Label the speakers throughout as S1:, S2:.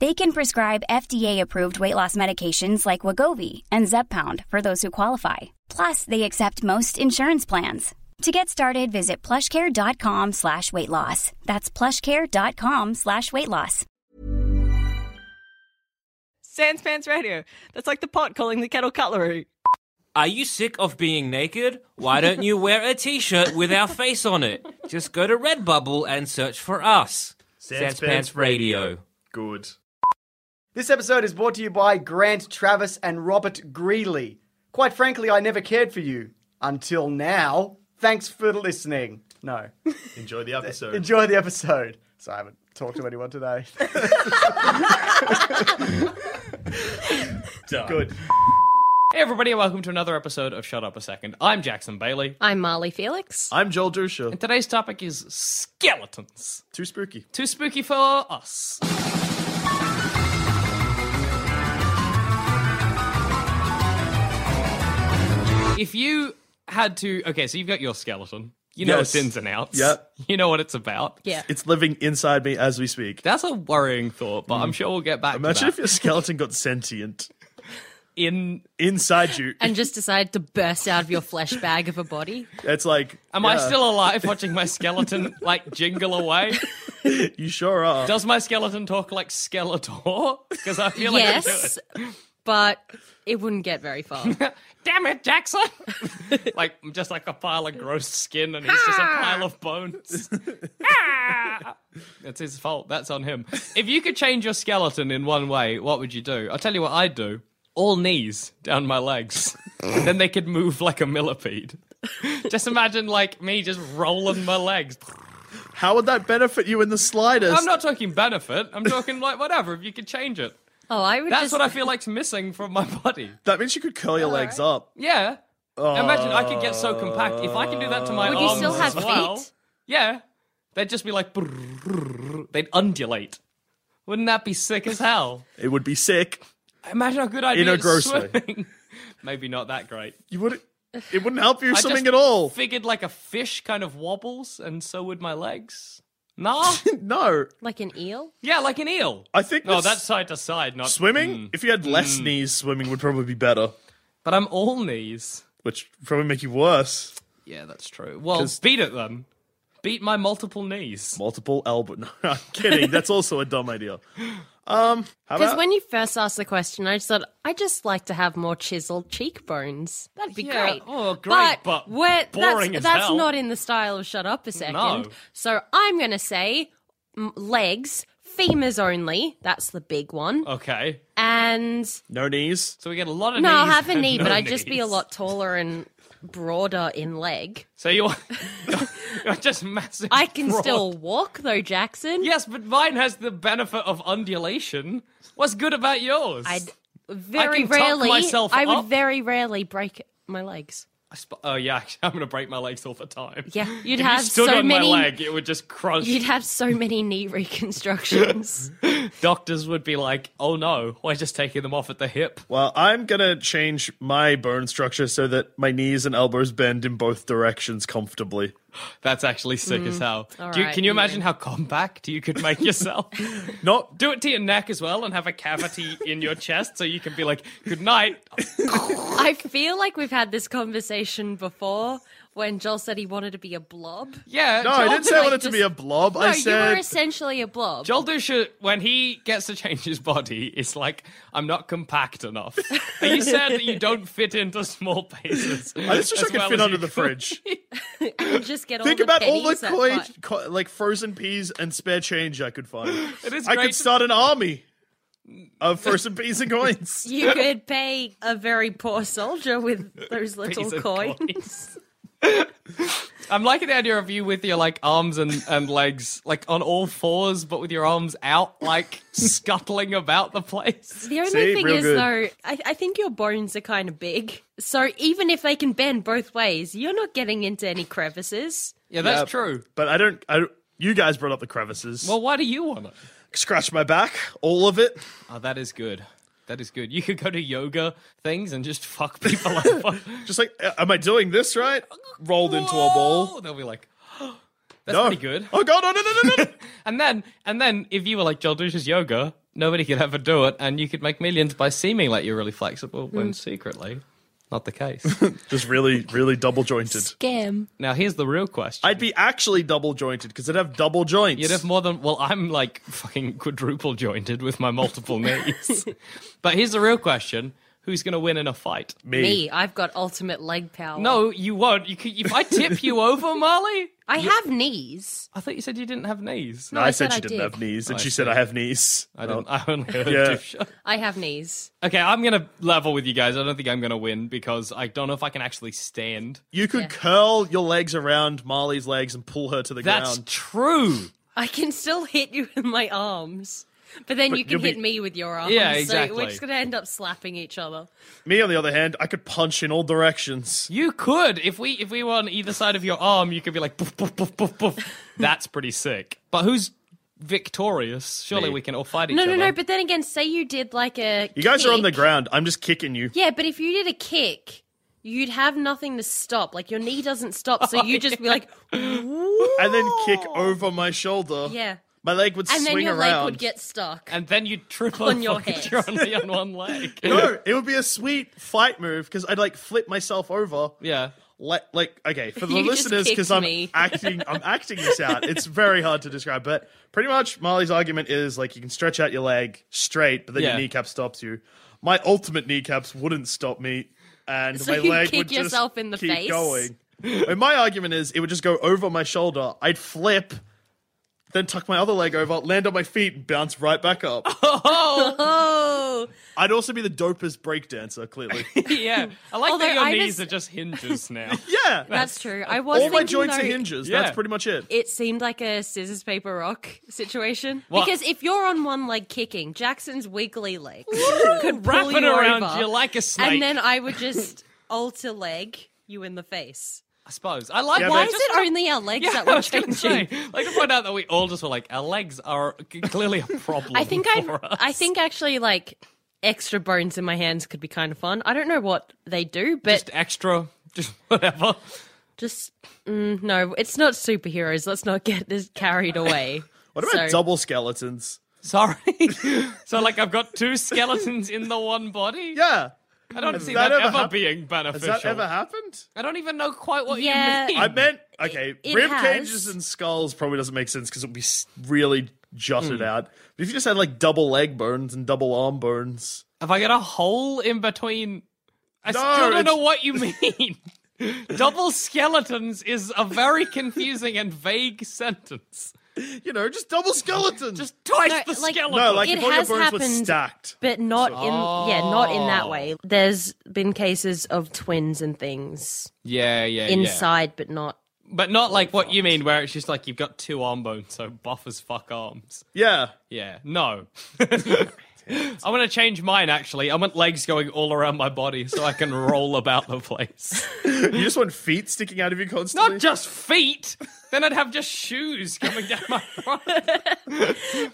S1: They can prescribe FDA-approved weight loss medications like Wagovi and Zepbound for those who qualify. Plus, they accept most insurance plans. To get started, visit plushcare.com slash weight loss. That's plushcare.com slash weight loss.
S2: Sans Pants Radio. That's like the pot calling the kettle cutlery.
S3: Are you sick of being naked? Why don't you wear a t shirt with our face on it? Just go to Redbubble and search for us. Sans, Pants Radio.
S4: Good.
S5: This episode is brought to you by Grant Travis and Robert Greeley. Quite frankly, I never cared for you until now. Thanks for listening. No.
S4: Enjoy the episode.
S5: Enjoy the episode. So I haven't talked to anyone today.
S4: Done.
S5: Good.
S6: Hey everybody, and welcome to another episode of Shut Up a Second. I'm Jackson Bailey,
S7: I'm Marley Felix.
S4: I'm Joel Drusha.
S6: and today's topic is skeletons.
S4: Too spooky.
S6: Too spooky for us. If you had to, okay, so you've got your skeleton. You know
S4: Yes.
S6: its ins and outs.
S4: Yep.
S6: You know what it's about.
S7: Yeah.
S4: It's living inside me as we speak.
S6: That's a worrying thought, but I'm sure we'll get back
S4: Mm. Imagine
S6: to
S4: if
S6: that.
S4: your skeleton got sentient
S6: in
S4: inside you.
S7: And just decided to burst out of your flesh bag of a body.
S4: It's like,
S6: Am I still alive watching my skeleton like jingle away?
S4: you sure are.
S6: Does my skeleton talk like Skeletor? Because I feel like it does.
S7: yes, but it wouldn't get very far.
S6: damn it, Jackson! like I'm just like a pile of gross skin, and he's just
S7: Ah!
S6: a pile of bones. Ah! That's his fault. That's on him. If you could change your skeleton in one way, what would you do? I'll tell you what I'd do. All knees down my legs. then they could move like a millipede. Just imagine like me just rolling my legs.
S4: How would that benefit you in the slightest?
S6: I'm not talking benefit. I'm talking like whatever. If you could change it,
S7: Oh, I would
S6: that's
S7: just.
S6: what I feel like's missing from my body.
S4: That means you could curl your legs up.
S6: Yeah. Imagine I could get so compact. If I can do that to my
S7: Would you
S6: arms
S7: still
S6: as
S7: have
S6: well,
S7: feet?
S6: yeah, they'd just be like, brrrr, they'd undulate. Wouldn't that be sick as hell?
S4: It would be sick.
S6: Imagine how good I'd be
S4: In a
S6: at
S4: gross way.
S6: swimming. Maybe not that great.
S4: You would. It wouldn't help you
S6: I
S4: swimming
S6: just
S4: at all.
S6: Figured like a fish kind of wobbles, and so would my legs. Nah,
S4: no.
S7: like an eel?
S6: yeah, like an eel.
S4: I think
S6: No,
S4: with
S6: that's side to side, not mm.
S4: swimming. If you had less knees, swimming would probably be better,
S6: But I'm all knees.
S4: which would probably make you worse.
S6: Yeah, that's true. Well,
S4: 'Cause-
S6: beat it then. Beat my multiple knees.
S4: Multiple elbow. No, I'm kidding. That's also a dumb idea. Um, how
S7: Because
S4: about
S7: when you first asked the question, I just thought, I just like to have more chiseled cheekbones. That'd be
S6: Yeah,
S7: great.
S6: oh, great, but
S7: we're-
S6: boring
S7: that's,
S6: as
S7: that's
S6: hell.
S7: not in the style of Shut Up a Second.
S6: No.
S7: So I'm going to say mm, legs, femurs only. That's the big one.
S6: Okay,
S7: And
S4: no knees?
S6: so we get a lot of
S7: No,
S6: knees.
S7: I'll have a
S6: and
S7: knee,
S6: no
S7: but I'd just be a
S6: knees.
S7: lot taller and broader in leg.
S6: So you want you're just massive.
S7: I can
S6: fraud.
S7: still walk though, Jackson.
S6: Yes, but mine has the benefit of undulation. What's good about yours?
S7: I'd very
S6: can tuck
S7: rarely.
S6: myself
S7: I would
S6: up.
S7: very rarely break my legs.
S6: I sp- oh yeah, actually, I'm gonna break my legs all the time.
S7: Yeah, you'd
S6: if
S7: have
S6: you stood
S7: so
S6: on
S7: many-
S6: my leg, it would just crunch.
S7: You'd have so many knee reconstructions.
S6: Doctors would be like, "Oh no, why just taking them off at the hip?"
S4: Well, I'm gonna change my bone structure so that my knees and elbows bend in both directions comfortably.
S6: That's actually sick as hell.
S7: Mm. all
S6: Do you,
S7: right,
S6: can you
S7: you
S6: imagine
S7: win.
S6: how compact you could make yourself?
S4: Not
S6: Do it to your neck as well, and have a cavity in your chest so you can be like, "Good night."
S7: I feel like we've had this conversation before when Joel said he wanted to be a blob.
S6: Yeah.
S4: No,
S6: Joel,
S4: Oh, I didn't say I
S7: like,
S4: wanted to
S7: just-
S4: be a blob.
S7: no,
S4: I
S7: you were
S4: said
S7: essentially a blob.
S6: Joel Dusha, when he gets to change his body, it's like, I'm not compact enough. Are you sad that you don't fit into small spaces?
S4: I just wish I
S6: as
S4: could
S6: well
S4: fit
S6: as
S4: under
S6: you
S4: the
S6: could?
S4: fridge.
S7: You just get all
S4: Think
S7: the
S4: about all the
S7: pennies that
S4: coi-
S7: part.
S4: co- like frozen peas and spare change I could find.
S6: It is
S4: I
S6: great
S4: could
S6: to-
S4: start an army of frozen peas and coins.
S7: You could pay a very poor soldier with those little
S6: Piece of
S7: coins.
S6: coins. I'm liking the idea of you with your like arms and, and legs like on all fours, but with your arms out, like scuttling about the place.
S7: The only
S4: See,
S7: thing
S4: real
S7: is,
S4: good.
S7: though, I, I think your bones are kind of big. So even if they can bend both ways, you're not getting into any crevices.
S6: Yeah, that's true.
S4: But I don't. I don't- you guys brought up the crevices.
S6: Well, why do you want it?
S4: Scratch my back, all of it.
S6: Oh, that is good. That is good. You could go to yoga things and just fuck people up.
S4: Just like, uh, am I doing this right? Rolled into a ball.
S6: Whoa! They'll be like, that's
S4: no.
S6: pretty good.
S4: Oh god, no, no, no, no, no.
S6: And then, and then, if you were like Joel Dusha's yoga, nobody could ever do it, and you could make millions by seeming like you're really flexible when secretly not the case.
S4: Just really, really double jointed.
S7: Scam.
S6: now, here's the real question.
S4: I'd be actually double jointed because I'd have double joints.
S6: You'd have more than well, I'm like fucking quadruple jointed with my multiple knees. but here's the real question: Who's going to win in a fight?
S7: Me. I've got ultimate leg power.
S6: No, you won't. You could, if I tip you over, Marley.
S7: I have knees.
S6: I thought you said you didn't have knees.
S4: No,
S7: I
S4: I
S7: said
S4: said, she
S7: I
S4: didn't
S7: did.
S4: have knees, and she said I have knees.
S6: I didn't. I only heard
S4: Yeah.
S6: tip shot.
S7: I have knees.
S6: Okay, I'm gonna level with you guys. I don't think I'm gonna win because I don't know if I can actually stand.
S4: You could curl your legs around Marley's legs and pull her to the
S6: That's
S4: ground.
S6: true.
S7: I can still hit you with my arms. But then you can
S4: you'll be-
S7: hit me with your arms.
S6: Yeah,
S7: So we're
S6: exactly.
S7: just going to end up slapping each other.
S4: Me, on the other hand, I could punch in all directions.
S6: You could if we if we were on either side of your arm, you could be like poof poof poof poof poof. That's pretty sick. But who's victorious? Surely we can all fight each
S7: No,
S6: other.
S7: no, no. But then again, say you did like a.
S4: You guys are on the
S7: kick.
S4: ground. I'm just kicking you.
S7: Yeah, but if you did a kick, you'd have nothing to stop. Like your knee doesn't stop, so you just be like,
S4: Oh, And then kick over my shoulder.
S7: yeah.
S4: My leg would
S7: And
S4: swing
S7: then your
S4: around.
S7: leg would get stuck.
S6: and then you trip
S7: On
S6: over
S7: your
S6: because
S7: head.
S6: You're only on one leg.
S4: No, it would be a sweet fight move because I'd like flip myself over.
S6: Yeah.
S4: Like, like okay, for the
S7: You just
S4: listeners, because
S7: kicked
S4: I'm
S7: me.
S4: acting, I'm acting this out. It's very hard to describe, but pretty much Marley's argument is like you can stretch out your leg straight, but then
S6: Yeah.
S4: your kneecap stops you. My ultimate kneecaps wouldn't stop me, and
S7: So
S4: my
S7: you
S4: leg
S7: kick
S4: would
S7: yourself
S4: just
S7: in the
S4: keep
S7: face?
S4: going. And my argument is it would just go over my shoulder. I'd flip, then tuck my other leg over, land on my feet, and bounce right back up.
S7: oh,
S4: I'd also be the dopest breakdancer, clearly.
S6: yeah. I like
S7: Although
S6: that your
S7: I
S6: knees
S7: was-
S6: are just hinges now.
S4: yeah.
S7: that's true. I was
S4: All my
S7: thinking,
S4: joints
S7: though,
S4: are hinges.
S6: Yeah.
S4: That's pretty much it.
S7: It seemed like a scissors paper rock situation
S6: What?
S7: because if you're on one leg kicking, Jackson's wiggly leg could pull
S6: Wrapping
S7: you
S6: around
S7: over,
S6: you like a snake.
S7: and then I would just alter leg you in the face.
S6: I suppose I like.
S4: Yeah,
S7: Why is
S4: but-
S6: just-
S7: it only our legs
S6: Yeah,
S7: that
S6: I
S7: were
S6: was gonna
S7: changing?
S6: say, like to point out that we all just were like, our legs are c- clearly a problem.
S7: I think I
S6: for us.
S7: I think actually like extra bones in my hands could be kind of fun. I don't know what they do, but
S6: just extra, just whatever.
S7: just mm, no, it's not superheroes. Let's not get this carried away.
S4: What about
S7: So-
S4: double skeletons?
S6: Sorry. so like I've got two skeletons in the one body.
S4: Yeah.
S6: I don't see
S4: that
S6: that,
S4: ever
S6: ever
S4: hap-
S6: being
S4: Has
S6: beneficial.
S4: that ever happened?
S6: I don't even know quite what
S7: Yeah.
S6: you mean.
S4: I meant, okay,
S7: it
S4: rib
S7: has.
S4: cages and skulls probably doesn't make sense because it would be s- really jutted
S7: Hmm.
S4: out. But if you just had like double leg bones and double arm bones,
S6: Have I got a hole in between? I
S4: No,
S6: still don't know
S4: it's-
S6: what you mean. Double skeletons is a very confusing and vague sentence.
S4: you know, just double skeletons.
S6: Just twice
S7: No,
S6: the
S7: like-
S6: skeleton.
S4: no, like
S7: It
S4: if all your
S7: has
S4: bones were
S7: happened.
S4: stacked.
S7: But not in yeah, not in
S4: Oh.
S7: that way. There's been cases of twins and things
S6: yeah, yeah,
S7: inside, but not.
S6: But not like what you mean, where it's just like you've got two arm bones, so buff as fuck arms.
S4: Yeah.
S6: Yeah, no. I want to change mine actually. I want legs going all around my body so I can roll about the place.
S4: You just want feet sticking out of you constantly?
S6: Not just feet. Then I'd have just shoes coming down my front.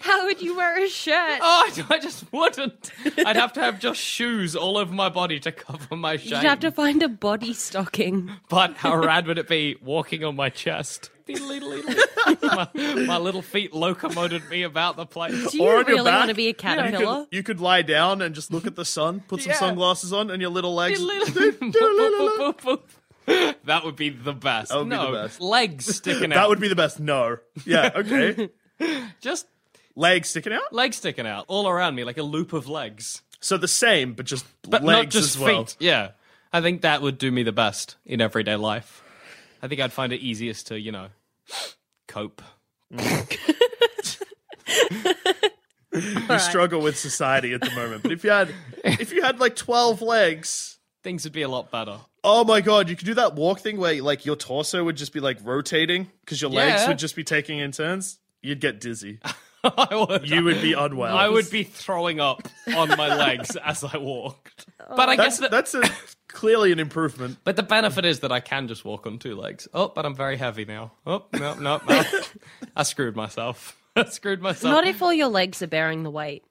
S7: How would you wear a shirt?
S6: Oh, I, I just wouldn't. I'd have to have just shoes all over my body to cover my shame.
S7: You'd have to find a body stocking.
S6: But how rad would it be walking on my chest? my, my little feet locomoted me about the place.
S7: Do you
S4: Or on your
S7: really want to
S4: back.
S7: be a
S4: you,
S7: caterpillar?
S4: could, you could lie down and just look at the sun, put some
S6: Yeah.
S4: sunglasses on, and your little legs.
S6: Boop, boop, boop, boop. That would be the best.
S4: would be
S6: no,
S4: the best.
S6: legs sticking out.
S4: That would be the best. No. Yeah, okay.
S6: just
S4: legs sticking out?
S6: legs sticking out all around me, like a loop of legs,
S4: So the same, but just
S6: but
S4: legs
S6: not just
S4: as well.
S6: feet. Yeah, I think that would do me the best in everyday life. I think I'd find it easiest to, you know, cope.
S4: You struggle with society at the moment. But if you had if you had like twelve legs,
S6: Things would be a lot better.
S4: oh my god, you could do that walk thing where like your torso would just be like rotating because your legs
S6: Yeah.
S4: would just be taking in turns. You'd get dizzy.
S6: I would.
S4: You would be unwell.
S6: I would be throwing up on my legs as I walked. But I
S4: That's
S6: guess that,
S4: that's a, clearly an improvement.
S6: but the benefit is that I can just walk on two legs. Oh, but I'm very heavy now. Oh, no, no, no. I screwed myself. I screwed myself.
S7: Not if all your legs are bearing the weight.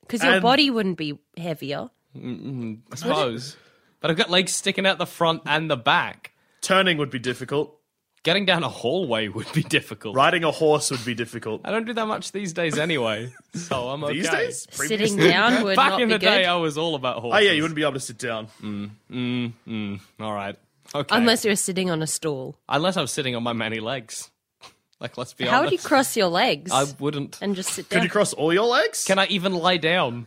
S7: Because your
S4: And-
S7: body wouldn't be heavier.
S6: I suppose. But I've got legs sticking out the front and the back.
S4: Turning would be difficult.
S6: Getting down a hallway would be difficult.
S4: Riding a horse would be difficult.
S6: I don't do that much these days anyway, so I'm okay.
S4: These days, Previous-
S7: Sitting down would
S6: Back
S7: not
S6: in
S7: be
S6: the
S7: good.
S6: day, I was all about
S4: Oh
S6: horses.
S4: yeah, you wouldn't be able to sit down.
S7: Mm.
S6: All right. Okay.
S7: Unless you're sitting on a stool.
S6: unless I'm sitting on my many legs. Like, let's be
S7: How
S6: honest.
S7: would you cross your legs
S6: I wouldn't.
S7: and just sit
S4: Could
S7: down?
S4: you cross all your legs?
S6: Can I even lie down?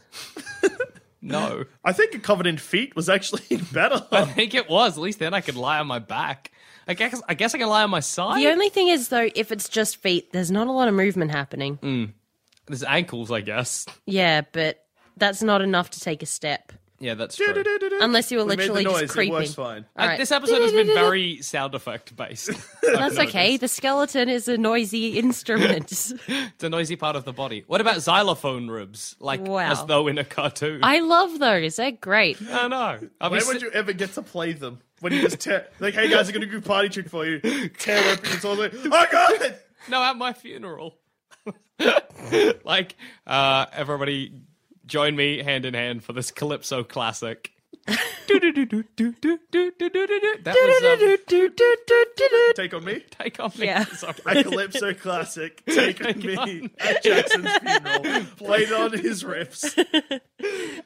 S6: no.
S4: I think a covered in feet was actually better.
S6: I think it was. At least then I could lie on my back. I guess I, guess I can lie on my side.
S7: the only thing is, though, if it's just feet, there's not a lot of movement happening.
S6: There's ankles, I guess.
S7: Yeah, but that's not enough to take a step.
S6: Yeah, that's true. Uh,
S7: Unless you were
S4: We made the
S7: literally
S4: noise.
S7: just creeping.
S4: It works fine.
S7: All right.
S6: This episode has been very sound effect based.
S7: That's okay. The skeleton is a noisy instrument.
S6: It's a noisy part of the body. What about xylophone ribs? Like
S7: Wow.
S6: as though in a cartoon.
S7: I love those. They're great.
S6: don't know. I'll be
S4: When
S6: sit-
S4: would you ever get to play them? When you just tear, like, hey guys, I'm gonna do party trick for you. Tear open your torso. Oh god!
S6: No, at my funeral. like, uh, everybody join me hand in hand for this Calypso classic. that was um,
S4: Take on me.
S6: Take On Me.
S7: Yeah.
S6: Sorry.
S4: A Calypso classic. Take on me at Jackson's funeral. Played on his riffs.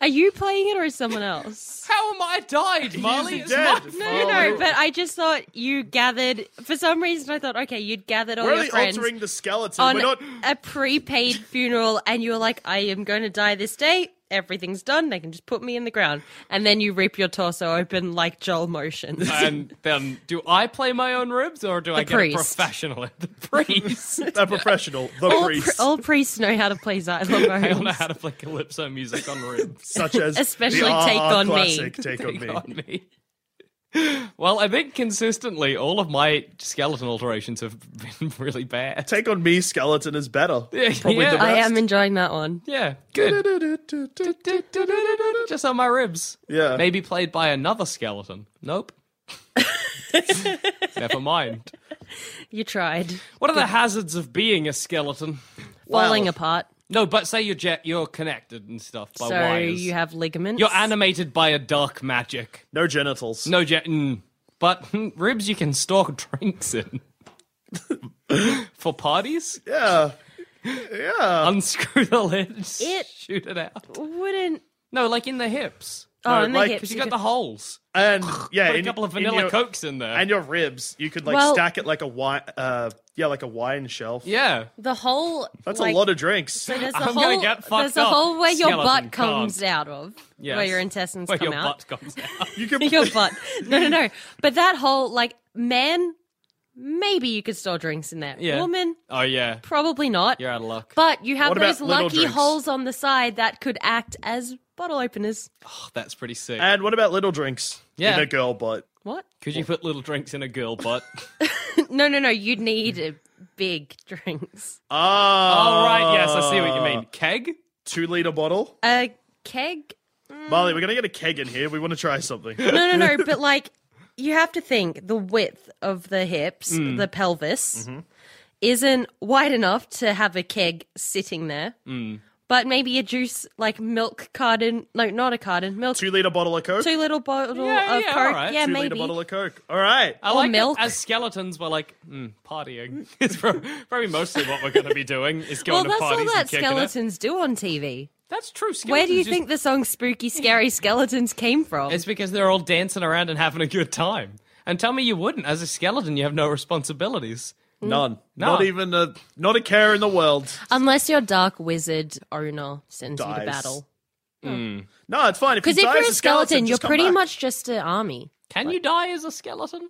S7: Are you playing it or is someone else?
S6: How am I died, Marley? It's
S4: dead.
S6: my-
S7: No, no, but I just thought you gathered. For some reason, I thought, okay, you'd gathered all
S4: We're
S7: your
S4: only
S7: friends
S4: altering the skeleton.
S7: on
S4: We're not.
S7: a prepaid funeral, and you were like, I am going to die this day. Everything's done. They can just put me in the ground. And then you rip your torso open like Joel motions.
S6: And then, do I play my own ribs or do I get
S7: priest.
S6: a professional at the priest?
S4: A professional, the
S7: all, pri-
S4: priest,
S7: all priests know how to play
S6: I don't know
S7: xylophones.
S6: how to play calypso music on ribs.
S4: such as
S7: Especially
S4: the
S7: Take
S4: RR
S7: On Me.
S4: classic, Take on me.
S6: on me. Well, I think consistently all of my skeleton alterations have been really bad.
S4: Take on me. Skeleton is better.
S6: Yeah,
S4: Probably
S6: yeah.
S4: the
S7: I am
S4: best.
S7: enjoying that one.
S6: Yeah, good. Just on my ribs.
S4: Yeah.
S6: Maybe played by another skeleton. Nope. Never mind.
S7: You tried.
S6: What are the hazards of being a skeleton?
S7: Falling
S4: Well,
S7: apart.
S6: No, but say you're jet, you're connected and stuff by
S7: So
S6: wires.
S7: you have ligaments.
S6: you're animated by a dark magic.
S4: No genitals.
S6: No jet, mm, but mm, ribs you can store drinks in for parties.
S4: Yeah.
S6: Unscrew the lids,
S7: It-
S6: shoot it out.
S7: Wouldn't.
S6: No, like in the hips.
S7: Oh,
S4: No,
S7: and the
S4: like,
S7: hips.
S6: Because you
S7: you
S6: got
S7: could-
S6: the holes.
S4: And yeah,
S6: Put a
S4: in-
S6: couple of
S4: in
S6: vanilla
S4: your-
S6: cokes in there.
S4: and your ribs. You could like
S7: Well-
S4: stack it like a wine, uh, yeah, like a wine shelf.
S6: yeah.
S7: The whole.
S4: that's
S7: like,
S4: a lot of drinks.
S7: There's a
S6: I'm gonna
S7: hole.
S6: get fucked
S7: There's a
S6: up.
S7: hole where your
S6: Skeleton
S7: butt comes out of.
S6: Yes.
S7: Where your intestines
S6: Where
S7: come
S6: your
S7: out.
S6: butt comes out.
S4: You could
S7: your butt. No, no, no. But that whole like man, maybe you could store drinks in there.
S6: Yeah.
S7: Woman,
S6: oh yeah,
S7: probably not.
S6: you're out of luck.
S7: But you have
S4: What about
S7: those
S4: little
S7: lucky
S4: drinks?
S7: holes on the side that could act as bottle openers.
S6: Oh, that's pretty sick.
S4: And what about little drinks?
S6: Yeah.
S4: in a girl butt.
S7: What?
S6: Could you put little drinks in a girl butt?
S7: No, no, no. You'd need uh, big drinks.
S4: Ah,
S6: oh, right. Yes, I see what
S4: Uh.
S6: you mean. Keg.
S4: Two liter bottle.
S7: A keg? Mm.
S4: Marley, we're gonna get a keg in here. We want to try something.
S7: No, no, no. but like, you have to think the width of the hips,
S4: Mm.
S7: the pelvis,
S4: Mm-hmm.
S7: isn't wide enough to have a keg sitting there.
S4: Mm.
S7: But maybe a juice, like milk carton, no, not a carton, milk,
S4: Two liter bottle of coke.
S7: two little bottle
S6: Yeah,
S7: of
S6: yeah,
S7: Coke.
S6: alright,
S7: Yeah,
S4: Two liter
S7: maybe.
S4: bottle of coke. All right.
S6: I like it
S7: milk.
S6: as skeletons were like mm, partying. it's pro- probably mostly what we're going to be doing is
S7: well,
S6: going to
S7: that's all
S6: parties
S7: that
S6: and kicking it.
S7: skeletons do on TV.
S6: That's true. Skeletons
S7: Where do you
S6: just-
S7: think the song Spooky Scary Skeletons came from?
S6: It's because they're all dancing around and having a good time. And tell me you wouldn't. As a skeleton, you have no responsibilities.
S4: None. Not even a not a care in the world.
S7: Unless your dark wizard owner sends you
S4: Dies.
S7: to battle.
S4: No, it's fine. If
S7: Because if
S4: you die
S7: you're a
S4: as
S7: skeleton, you're
S4: just come
S7: pretty
S4: back.
S7: much just an army.
S6: Can you die as a skeleton?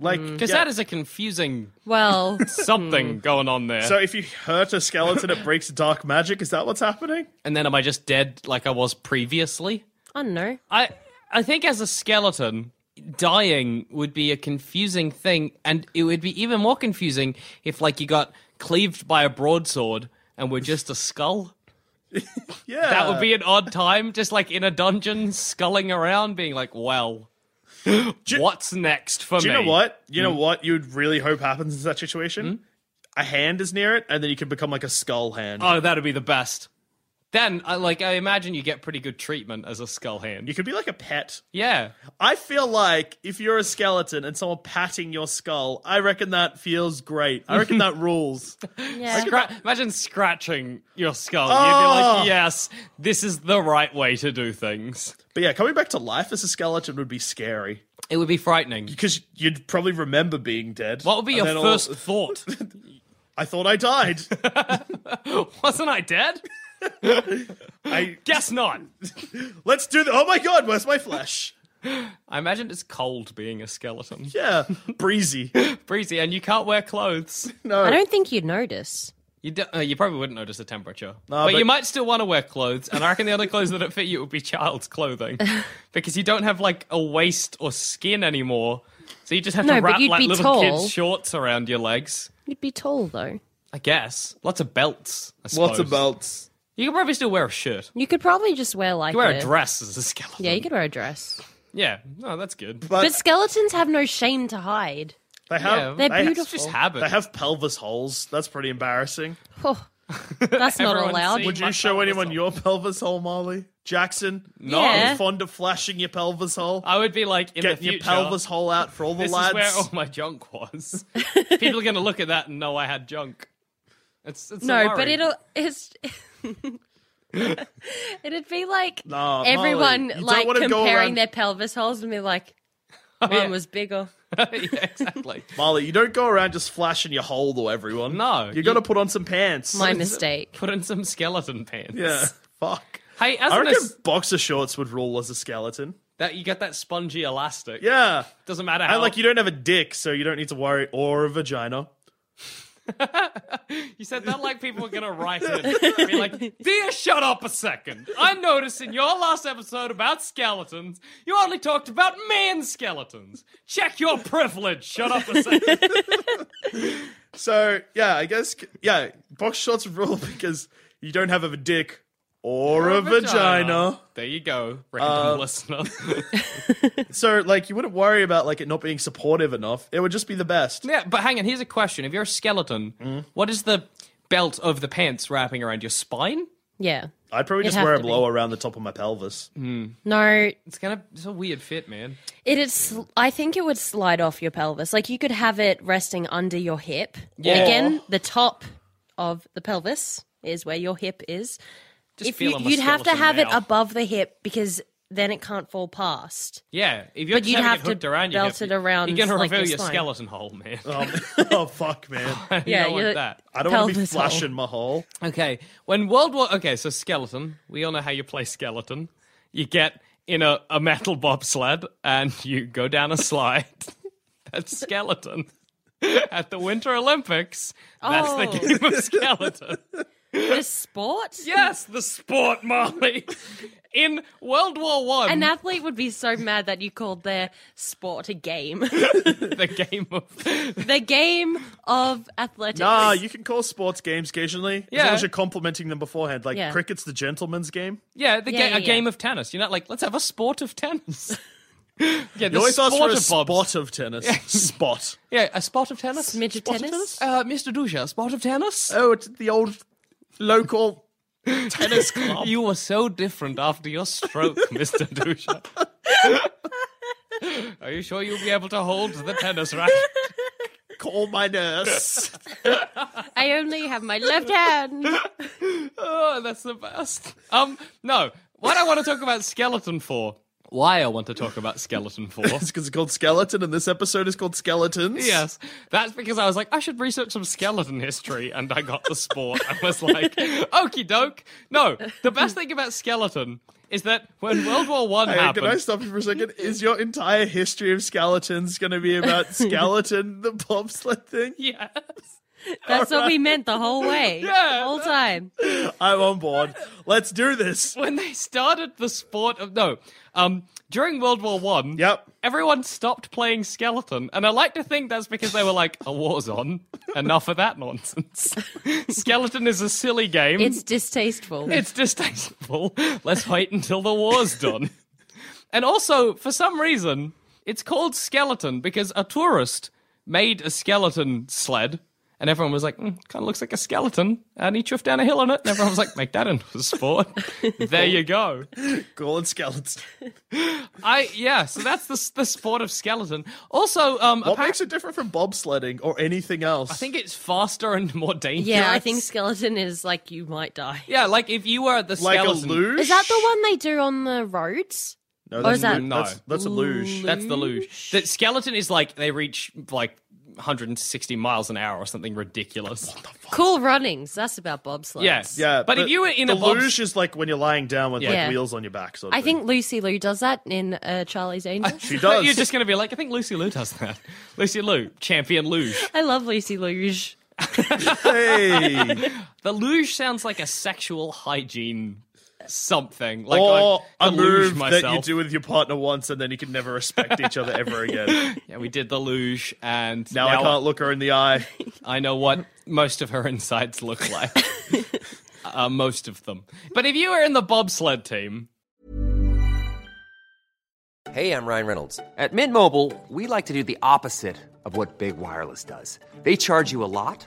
S4: like
S6: Because
S4: yeah. Hmm.
S6: that is a confusing
S7: Well,
S6: something going on there.
S4: So if you hurt a skeleton, it breaks dark magic. Is that what's happening?
S6: and then am I just dead like I was previously?
S7: I don't know.
S6: I I think as a skeleton, dying would be a confusing thing, and it would be even more confusing if like you got cleaved by a broadsword and were just a skull.
S4: Yeah,
S6: That would be an odd time, just like in a dungeon, sculling around, being like, "Well, what's next for
S4: Do you
S6: me?"
S4: know what? You
S6: Hmm?
S4: know what? You'd really hope happens in such situation. A hand is near it, and then you can become like a skull hand.
S6: Oh, that'd be the best. Then, I, like, I imagine you get pretty good treatment as a skull hand.
S4: you could be like a pet.
S6: yeah,
S4: I feel like if you're a skeleton and someone patting your skull, I reckon that feels great. I reckon that rules.
S7: Yeah.
S6: Scra- imagine scratching your skull. You'd be
S4: Oh.
S6: like, "Yes, this is the right way to do things."
S4: But yeah, coming back to life as a skeleton would be scary
S6: It would be frightening.
S4: because you'd probably remember being dead.
S6: What would be
S4: And
S6: your
S4: then all-
S6: first thought?
S4: I thought I died.
S6: Wasn't I dead?
S4: I
S6: Guess not.
S4: let's do the. Oh my god, where's my flesh?
S6: I imagine it's cold being a skeleton.
S4: Yeah, breezy.
S6: Breezy, and you can't wear clothes.
S7: I don't think you'd notice.
S6: You, do- uh, you probably wouldn't notice the temperature.
S4: No,
S6: but,
S4: but-
S6: you might still want to wear clothes, and I reckon the only clothes that would fit you would be child's clothing. because you don't have, like, a waist or skin anymore. So you just have
S7: No,
S6: to
S7: but
S6: wrap,
S7: you'd
S6: like,
S7: be
S6: little
S7: tall.
S6: kids' shorts around your legs.
S7: You'd be tall though.
S6: I guess. Lots of belts, I suppose.
S4: Lots of belts.
S6: You could probably still wear a shirt.
S7: You could probably just wear like
S6: You could wear a dress as a skeleton.
S7: Yeah, you could wear a dress.
S6: Yeah. No, that's good.
S7: But skeletons have no shame to hide.
S4: They have
S6: Yeah.
S7: They're
S4: they-
S6: It's just
S7: beautiful.
S6: habit.
S4: They have pelvis holes. That's pretty embarrassing.
S7: Oh, that's not
S6: Everyone
S7: allowed.
S6: sees
S4: Would
S6: my
S4: you show
S6: pelvis
S4: anyone
S6: hole.
S4: your pelvis hole, Molly? Jackson?
S6: No.
S4: Are
S7: Yeah.
S4: you fond of flashing your pelvis hole?
S6: I would be like, in
S4: Getting
S6: the
S4: your
S6: future,
S4: pelvis hole out for all the
S6: this
S4: lads.
S6: is where all my junk was. People are going to look at that and know I had junk. It's, it's a
S7: No, but
S6: worry.
S7: it'll it's it'd be like
S4: Nah,
S7: everyone
S4: Molly, you don't
S7: like
S4: wanna go
S7: comparing
S4: around-
S7: their pelvis holes and be like, mine was bigger.
S6: yeah, exactly.
S4: Molly, you don't go around just flashing your hole to everyone.
S6: No,
S4: You,
S6: you-
S4: gotta put on some pants.
S7: My mistake.
S6: Put in some skeleton pants.
S4: yeah. Fuck.
S6: Hey, as
S4: I
S6: an
S4: reckon
S6: as-
S4: boxer shorts would rule as a skeleton.
S6: that you get that spongy elastic.
S4: Yeah.
S6: Doesn't matter how.
S4: And like you don't have a dick, so you don't need to worry or a vagina.
S6: You said that like people were gonna write it. Be like, dear, shut up a second. I noticed in your last episode about skeletons, you only talked about man skeletons. Check your privilege. Shut up a second.
S4: So yeah, I guess yeah, box shorts would rule because you don't have a dick or, a vagina.
S6: There you go, random listener.
S4: So, like, you wouldn't worry about like it not being supportive enough. It would just be the best.
S6: yeah, but hang on. Here's a question: If you're a skeleton, what is the belt of the pants wrapping around your spine?
S7: Yeah.
S4: I'd probably
S7: It'd
S4: just
S7: have
S4: wear a
S7: to be.
S4: blow around the top of my pelvis.
S7: No,
S6: It's gonna. It's a weird fit, man.
S7: It is. sl- I think it would slide off your pelvis. Like you could have it resting under your hip.
S6: Yeah.
S7: Again, the top of the pelvis is where your hip is.
S6: Just
S7: if
S6: feel
S7: you,
S6: I'm a
S7: you'd have to
S6: skeleton
S7: have it
S6: now.
S7: above the hip because then it can't fall past.
S6: Yeah, if you're
S7: But
S6: just
S7: you'd
S6: having
S7: have
S6: it
S7: to
S6: hooked around your
S7: belt
S6: hip,
S7: it around,
S6: You're gonna
S7: like,
S6: reveal
S7: your
S6: your
S7: spine.
S6: skeleton hole, man.
S4: Um, oh fuck, man!
S6: You
S7: Yeah,
S6: don't want
S7: you're-
S6: that.
S4: I don't want to be
S7: Pelvis hole.
S4: flashing my hole.
S6: Okay, when World War okay, so skeleton. We all know how you play skeleton. You get in a, a metal bobsled and you go down a slide. That's skeleton. At the Winter Olympics, that's
S7: Oh.
S6: the game of skeleton.
S7: This sport,
S6: yes, the sport, Molly. In World War One,
S7: an athlete would be so mad that you called their sport a game,
S6: the game of
S7: the game of athletics.
S4: Nah, you can call sports games occasionally as
S6: Yeah.
S4: long as you're complimenting them beforehand. Like
S7: Yeah.
S4: cricket's the gentleman's game.
S6: Yeah, the
S7: Yeah,
S6: ga-
S7: yeah,
S6: a
S7: yeah.
S6: game of tennis. You're not like, let's have a sport of tennis. yeah,
S4: You
S6: the
S4: always ask for
S6: sport
S4: a
S6: of bobs.
S4: spot of tennis. spot.
S6: Yeah, a sport of tennis.
S7: Smidge of tennis.
S6: Uh, Mr. Dusha, a sport of tennis.
S4: Oh, it's the old local tennis club.
S6: You were so different after your stroke, Mr. Dusha. Are you sure you'll be able to hold the tennis racket?
S4: Call my nurse.
S7: I only have my left hand.
S6: Oh, that's the best. Um, no. What I want to talk about skeleton for why I want to talk about Skeleton 4.
S4: It's because it's called Skeleton, and this episode is called Skeletons.
S6: yes, that's because I was like, I should research some skeleton history, and I got the sport. I was like, okie doke. No, the best thing about Skeleton is that when World War One
S4: Hey,
S6: happened.
S4: can I stop you for a second? Is your entire history of skeletons going to be about skeleton, the bobsled thing?
S6: Yes.
S7: That's what we meant the whole way.
S6: Yeah.
S7: The whole time.
S4: I'm on board. Let's do this.
S6: When they started the sport of no, um, during World War One,
S4: Yep.
S6: everyone stopped playing skeleton, and I like to think that's because they were like, "A war's on. Enough of that nonsense. skeleton is a silly game.
S7: It's distasteful.
S6: it's distasteful. Let's wait until the war's done. and also, for some reason, it's called skeleton because a tourist made a skeleton sled. And everyone was like, mm, kind of looks like a skeleton. And he chuffed down a hill on it. And everyone was like, make that into a sport. there you go.
S4: Call it skeletons.
S6: I, yeah, so that's the, s- the sport of skeleton. Also, um,
S4: What
S6: apparently,
S4: makes it different from bobsledding or anything else?
S6: I think it's faster and more dangerous.
S7: yeah, I think skeleton is like you might die.
S6: Yeah, like if you were the
S4: like
S6: skeleton.
S4: a luge.
S7: Is that the one they do on the roads?
S4: No,
S7: Or is
S4: that's-
S7: that-
S6: No.
S4: that's, that's a luge.
S6: That's the luge. The skeleton is like they reach like 160 miles an hour or something ridiculous.
S7: Cool runnings. That's about bobsleds.
S6: Yeah,
S4: Yeah,
S6: But, if you were in
S4: the
S6: a bobs-
S4: luge, is like when you're lying down with
S7: Yeah.
S4: like wheels on your back. Sort of
S7: I think Lucy Lou does that in uh, Charlie's Angels.
S4: she
S6: I thought
S4: does.
S6: you're just going to be like, I think Lucy Lou does that. Lucy Lou, champion luge.
S7: I love Lucy Luge.
S4: hey.
S6: The luge sounds like a sexual hygiene something. Like
S4: or
S6: I,
S4: a
S6: the luge
S4: move that you
S6: myself.
S4: do with your partner once, and then you can never respect each other ever again.
S6: Yeah, we did the luge, and
S4: Now, I can't look her in the eye.
S6: I know what most of her insides look like. uh, most of them. But if you were in the bobsled team,
S8: Hey, I'm Ryan Reynolds. At Mint Mobile, we like to do the opposite of what Big Wireless does. They charge you a lot,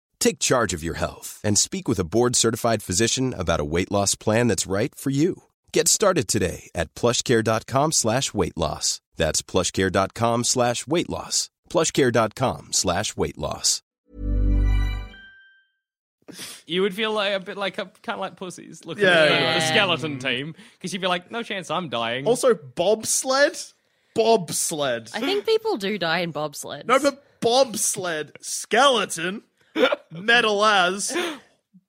S9: Take charge of your health and speak with a board-certified physician about a weight loss plan that's right for you. Get started today at plushcare.com slash weight loss. That's plushcare.com slash weight loss. plushcare.com slash weight loss.
S6: you would feel like a bit like kind of like pussies looking
S4: Yeah,
S6: at the,
S4: yeah.
S6: the skeleton team because you'd be like, no chance, I'm dying.
S4: Also, bobsled? Bobsled.
S7: I think people do die in bobsleds.
S4: No, but bobsled, skeleton, metal as,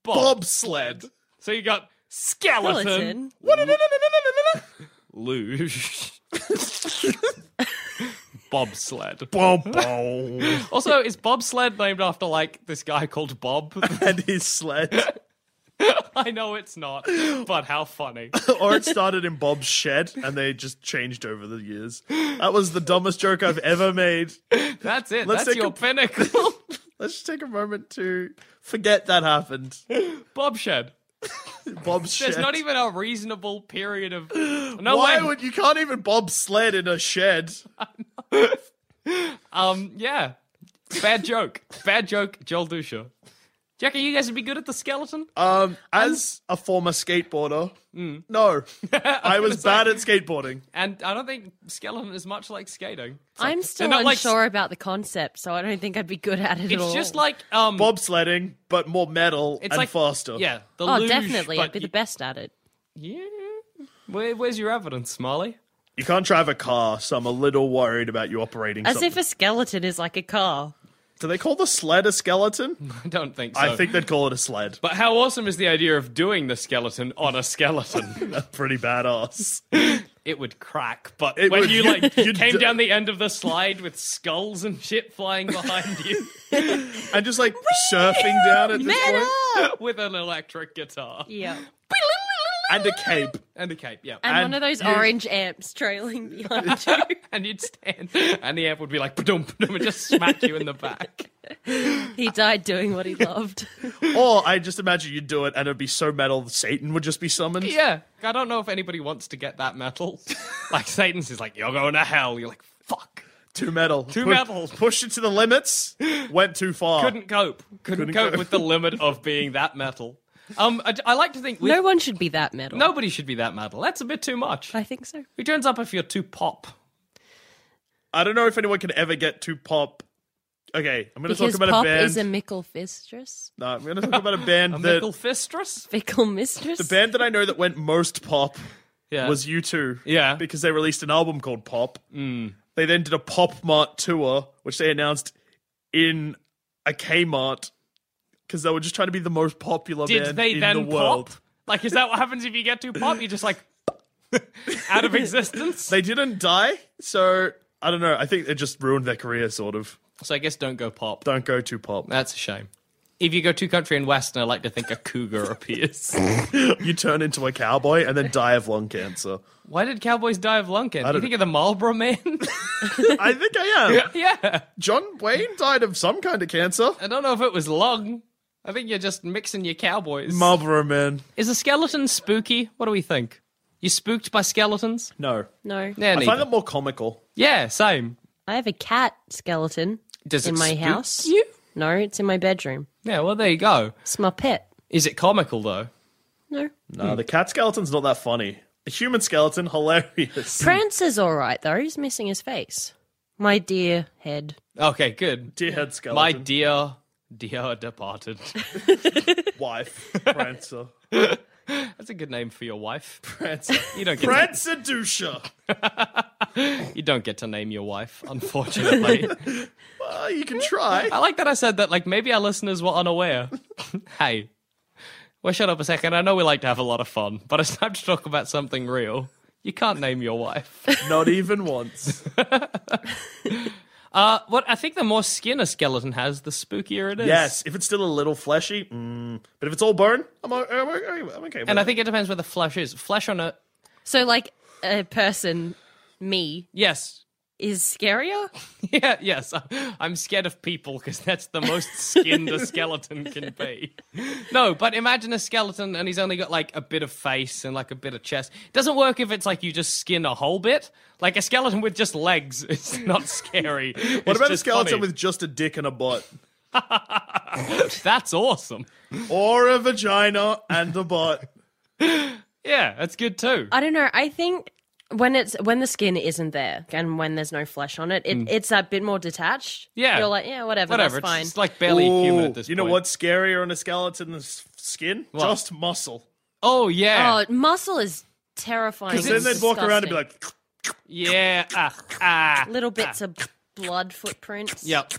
S4: bobsled.
S6: so you got skeleton,
S7: Skeleton.
S6: luge, bobsled.
S4: Bom, bom.
S6: Also, is bobsled named after like this guy called Bob?
S4: and his sled.
S6: I know it's not, but how funny.
S4: or it started in Bob's shed and they just changed over the years. That was the dumbest joke I've ever made.
S6: That's it.
S4: Let's take
S6: That's your
S4: a-
S6: pinnacle,
S4: Let's just take a moment to forget that happened.
S6: bobshed.
S4: Bob's shed.
S6: There's not even a reasonable period of no
S4: Why
S6: way.
S4: would you can't even Bob sled in a shed?
S6: Um, yeah. Bad joke. Bad joke, Joel Dusha. you reckon you guys would be good at the skeleton?
S4: Um, as a former skateboarder, no, I was bad at skateboarding.
S6: And I don't think skeleton is much like skating.
S7: I'm still
S6: not like-
S7: unsure about the concept, so I don't think I'd be good at it at all.
S6: It's just like um,
S4: Bobsledding, but more metal
S6: It's
S4: and
S6: like-
S4: faster.
S6: yeah, the
S7: oh,
S6: luge,
S7: definitely,
S6: but
S7: I'd be
S6: you-
S7: the best at it.
S6: Yeah. Where, where's your evidence, Marley?
S4: You can't drive a car, so I'm a little worried about you operating
S7: As
S4: something.
S7: if a skeleton is like a car.
S4: Do they call the sled a skeleton?
S6: I don't think so.
S4: I think they'd call it a sled.
S6: But how awesome is the idea of doing the skeleton on a skeleton?
S4: Pretty badass.
S6: it would crack, but
S4: It
S6: when
S4: would-
S6: you like
S4: you'd
S6: came
S4: d-
S6: down the end of the slide with skulls and shit flying behind you
S4: And just like surfing down at this point.
S6: with an electric guitar
S7: Yeah.
S4: And a cape.
S6: and a cape, yeah.
S7: And,
S4: And
S7: one of those
S4: you-
S7: orange amps trailing behind you.
S6: and you'd stand, and the amp would be like, "Padum, padum," and just smack you in the back.
S7: he died doing what he loved.
S4: Or I just imagine you'd do it and it'd be so metal Satan would just be summoned.
S6: Yeah, I don't know if anybody wants to get that metal. Like Satan's is like, "You're going to hell." You're like, "Fuck."
S4: Too metal.
S6: Too
S4: Pu-
S6: metal.
S4: Pushed it to the limits. Went too far.
S6: Couldn't cope. Couldn't,
S4: Couldn't
S6: cope
S4: cope.
S6: with the limit of being that metal. Um, I, I like to think with,
S7: no one should be that metal.
S6: nobody should be that metal. That's a bit too much.
S7: I think so.
S6: Who turns up if you're too pop?
S4: I don't know if anyone can ever get to pop. Okay, I'm going to talk
S7: Because
S4: about
S7: Pop
S4: a band.
S7: is a mickle mistress.
S4: No, I'm going to talk about a band
S6: A
S4: that
S6: mickle fistress?
S7: Fickle mistress.
S4: the band that I know that went most pop
S6: Yeah.
S4: was U2.
S6: Yeah.
S4: because they released an album called Pop.
S6: Hmm.
S4: They then did a Pop Mart tour, which they announced in a Kmart because they were just trying to be the most popular
S6: Did
S4: band
S6: they
S4: in
S6: then
S4: the world.
S6: pop? Like, is that what happens if you get too pop? You're just like out of existence.
S4: They didn't die, so I don't know. I think it just ruined their career, sort of.
S6: so I guess don't go pop.
S4: Don't go too pop.
S6: That's a shame. If you go too country and western, I like to think a cougar appears.
S4: you turn into a cowboy and then die of lung cancer.
S6: Why did cowboys die of lung cancer? You
S4: don't
S6: think of the Marlboro Man?
S4: I think I am.
S6: yeah.
S4: John Wayne died of some kind of cancer.
S6: I don't know if it was lung. I think you're just mixing your cowboys.
S4: Marlboro Man.
S6: Is a skeleton spooky? What do we think? You spooked by skeletons?
S4: No.
S7: no.
S6: Yeah,
S4: I
S6: neither.
S4: find that more comical.
S6: yeah, same.
S7: I have a cat skeleton
S6: Does
S7: in
S6: it
S7: my
S6: spook
S7: house.
S6: you?
S7: No, it's in my bedroom.
S6: Yeah, well, there you go.
S7: It's my pet.
S6: Is it comical though?
S7: No.
S4: No, the cat skeleton's not that funny. A human skeleton, hilarious.
S7: Prancer's all right though. He's missing his face. My dear head.
S6: Okay, good.
S4: Dear head skeleton.
S6: My dear, dear departed.
S4: wife, Prancer.
S6: That's a good name for your wife.
S4: Prancer.
S6: You don't get to,
S4: Prancer Dusha.
S6: you don't get to name your wife, unfortunately.
S4: Well, you can try.
S6: I like that I said that. Like maybe our listeners were unaware. hey, well, shut up a second. I know we like to have a lot of fun, but it's time to talk about something real. You can't name your wife.
S4: Not even once.
S6: Uh, what I think the more skin a skeleton has, the spookier it is.
S4: Yes, if it's still a little fleshy, mm. but if it's all bone, I'm, o- I'm, o- I'm okay with
S6: and I
S4: it.
S6: think it depends where the flesh is. Flesh on a
S7: So like a person, me,
S6: yes,
S7: is scarier?
S6: Yeah, yes. I- I'm scared of people because that's the most skinned a skeleton can be. No, but imagine a skeleton and he's only got like a bit of face and like a bit of chest. doesn't work if it's like you just skin a whole bit. Like a skeleton with just legs, it's not scary.
S4: What about a skeleton with just a dick and a butt?
S6: with. That's awesome.
S4: Or a vagina and a butt.
S6: Yeah, that's good too.
S7: I don't know. I think when it's when the skin isn't there and when there's no flesh on it, it it's a bit more detached.
S6: Yeah.
S7: You're like, Hmm. yeah, whatever,
S6: Whatever.
S7: that's fine.
S6: It's, it's like barely human at
S4: Ooh,
S6: this
S4: you know
S6: point.
S4: what's scarier on a skeleton than s- skin?
S6: What?
S4: Just muscle.
S6: Oh, yeah.
S7: Oh, muscle is terrifying.
S4: Because then
S7: It's
S4: they'd walk around and be
S7: disgusting.
S4: like,
S6: Yeah. Ah, ah.
S7: little bits of blood footprints.
S6: Yep.